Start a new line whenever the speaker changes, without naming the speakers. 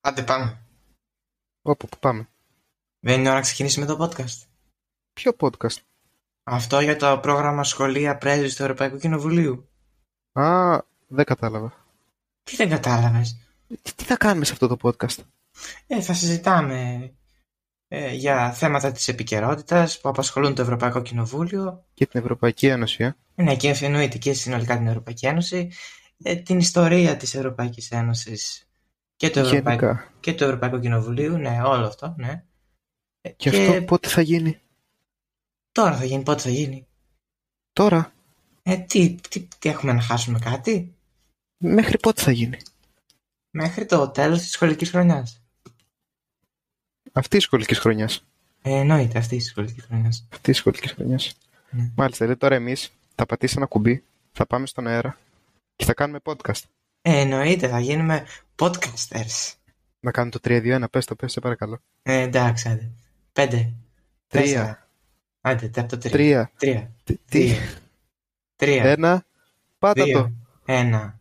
Άντε πάμε.
Όπου που πάμε.
Δεν είναι ώρα να ξεκινήσουμε το podcast.
Ποιο podcast.
Αυτό για το πρόγραμμα σχολεία πρέσβης του Ευρωπαϊκού Κοινοβουλίου.
Α, δεν κατάλαβα.
Τι δεν κατάλαβες.
Τι, τι θα κάνουμε σε αυτό το podcast.
Ε, θα συζητάμε ε, για θέματα της επικαιρότητας που απασχολούν το Ευρωπαϊκό Κοινοβούλιο.
Και την Ευρωπαϊκή Ένωση, ε.
Ε, Ναι, και εννοείται και συνολικά την Ευρωπαϊκή Ένωση. ε, την ιστορία της Ευρωπαϊκής Ένωσης και του Ευρωπαϊκού,
Γενικά.
και του Ευρωπαϊκού Κοινοβουλίου. Ναι, όλο αυτό, ναι. Ε,
Και, αυτό πότε θα γίνει.
τώρα θα γίνει, πότε θα γίνει.
Τώρα.
Ε, τι, τι, τι έχουμε να χάσουμε κάτι
Μέχρι πότε θα γίνει.
μέχρι το τέλος της σχολικής χρονιάς.
Αυτή η σχολικής χρονιάς.
Ε, εννοείται αυτή η σχολική χρονιάς.
Αυτή η σχολικής χρονιάς.
Ναι.
Μάλιστα, δηλαδή τώρα εμείς θα πατήσει ένα κουμπί, θα πάμε στον αέρα και θα κάνουμε podcast.
Ε, εννοείται, θα γίνουμε podcasters.
Να κάνουμε το 3-2-1, πες το, πες σε παρακαλώ.
Ε, εντάξει, άντε. Πέντε. τέσσερα.
3,
Άντε, τε- από το τρία.
3,
Τρία.
τι,
Δύο. Τρία.
1, πάτα το.
Δύο. Ένα.